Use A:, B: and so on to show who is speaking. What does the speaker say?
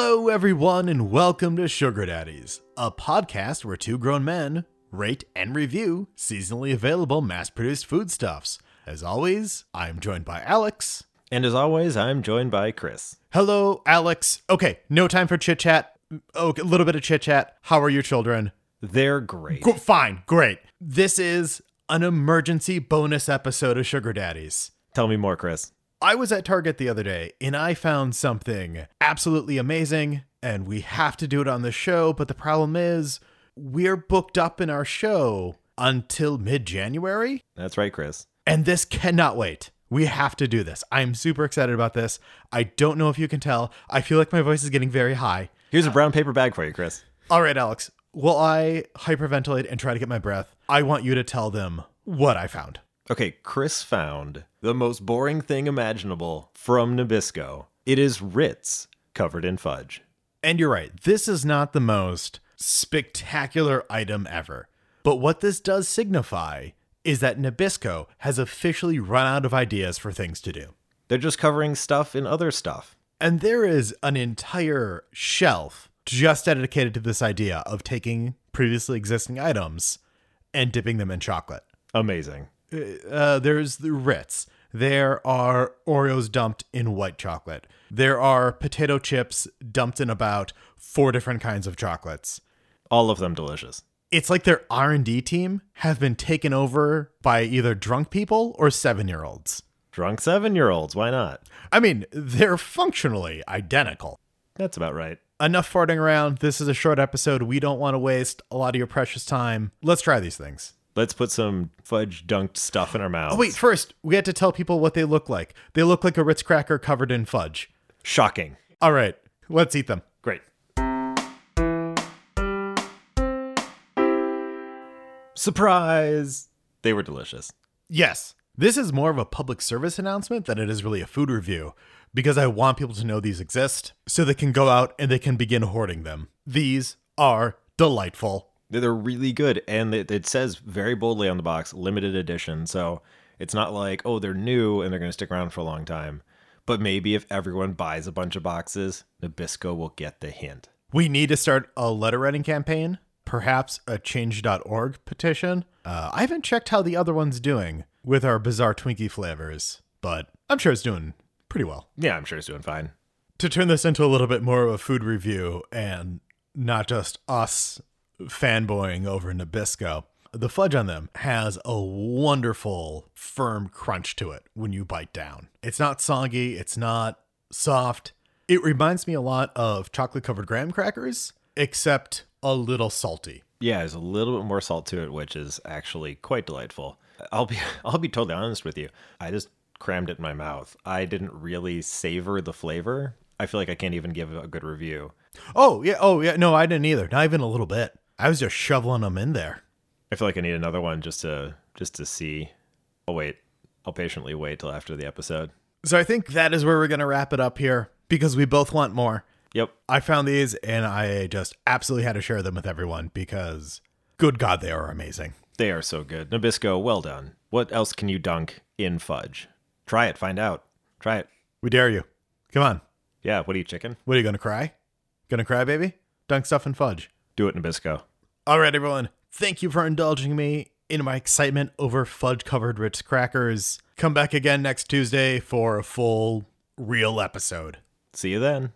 A: everyone, and welcome to Sugar Daddies, a podcast where two grown men rate and review seasonally available mass produced foodstuffs. As always, I am joined by Alex.
B: And as always, I'm joined by Chris.
A: Hello, Alex. Okay, no time for chit chat. Okay, a little bit of chit chat. How are your children?
B: They're great.
A: Go- fine, great. This is an emergency bonus episode of Sugar Daddies.
B: Tell me more, Chris.
A: I was at Target the other day and I found something absolutely amazing, and we have to do it on the show. But the problem is, we're booked up in our show until mid January,
B: That's right, Chris.
A: and this cannot wait. We have to do this. I'm super excited about this. I don't know if you can tell. I feel like my voice is getting very high.
B: Here's a brown paper bag for you, Chris.
A: All right, Alex, while I hyperventilate and try to get my breath, I want you to tell them what I found.
B: Okay, Chris found the most boring thing imaginable from Nabisco. It is Ritz covered in fudge.
A: And you're right, this is not the most spectacular item ever. But what this does signify is that Nabisco has officially run out of ideas for things to do.
B: They're just covering stuff in other stuff.
A: And there is an entire shelf just dedicated to this idea of taking previously existing items and dipping them in chocolate.
B: Amazing.
A: uh, there's the Ritz. There are Oreos dumped in white chocolate. There are potato chips dumped in about four different kinds of chocolates.
B: All of them delicious.
A: It's like their R&D team have been taken over by either drunk people or 7-year-olds.
B: Drunk seven year olds, why not?
A: I mean, they're functionally identical.
B: That's about right.
A: Enough farting around. This is a short episode. We don't want to waste a lot of your precious time. Let's try these things.
B: Let's put some fudge dunked stuff in our mouths.
A: Oh, wait, first, we had to tell people what they look like. They look like a Ritz cracker covered in fudge.
B: Shocking.
A: All right, let's eat them.
B: Great. Surprise! They were delicious.
A: Yes. This is more of a public service announcement than it is really a food review because I want people to know these exist so they can go out and they can begin hoarding them. These are delightful.
B: They're- They're really good, and it, it says very boldly on the box, limited edition. So it's not like, oh, they're new and they're going to stick around for a long time. But maybe if everyone buys a bunch of boxes, Nabisco will get the hint.
A: We need to start a letter writing campaign, perhaps a change.org petition. Uh, I haven't checked how the other one's doing with our bizarre Twinkie flavors, but I'm sure it's doing pretty well.
B: Yeah, I'm sure it's doing fine.
A: To turn this into a little bit more of a food review and not just us fanboying over Nabisco, the fudge on them has a wonderful, firm crunch to it when you bite down. It's not soggy, it's not soft. It reminds me a lot of chocolate covered graham crackers, except a little salty.
B: Yeah, there's a little bit more salt to it, which is actually quite delightful. I'll be I'll be totally honest with you. I just crammed it in my mouth. I didn't really savor the flavor. I feel like I can't even give a good review.
A: Oh, yeah. Oh, yeah. No, I didn't either. Not even a little bit. I was just shoveling them in there.
B: I feel like I need another one just to just to see. I'll wait. I'll patiently wait till after the episode.
A: So I think that is where we're going to wrap it up here because we both want more.
B: Yep.
A: I found these and I just absolutely had to share them with everyone because good God, they are amazing.
B: They are so good. Nabisco, well done. What else can you dunk in fudge? Try it, find out. Try it.
A: We dare you. Come on.
B: Yeah, what are you chicken?
A: What are you going to cry? Going to cry, baby? Dunk stuff and fudge.
B: Do it, Nabisco.
A: All right, everyone. Thank you for indulging me in my excitement over fudge covered Ritz crackers. Come back again next Tuesday for a full, real episode.
B: See you then.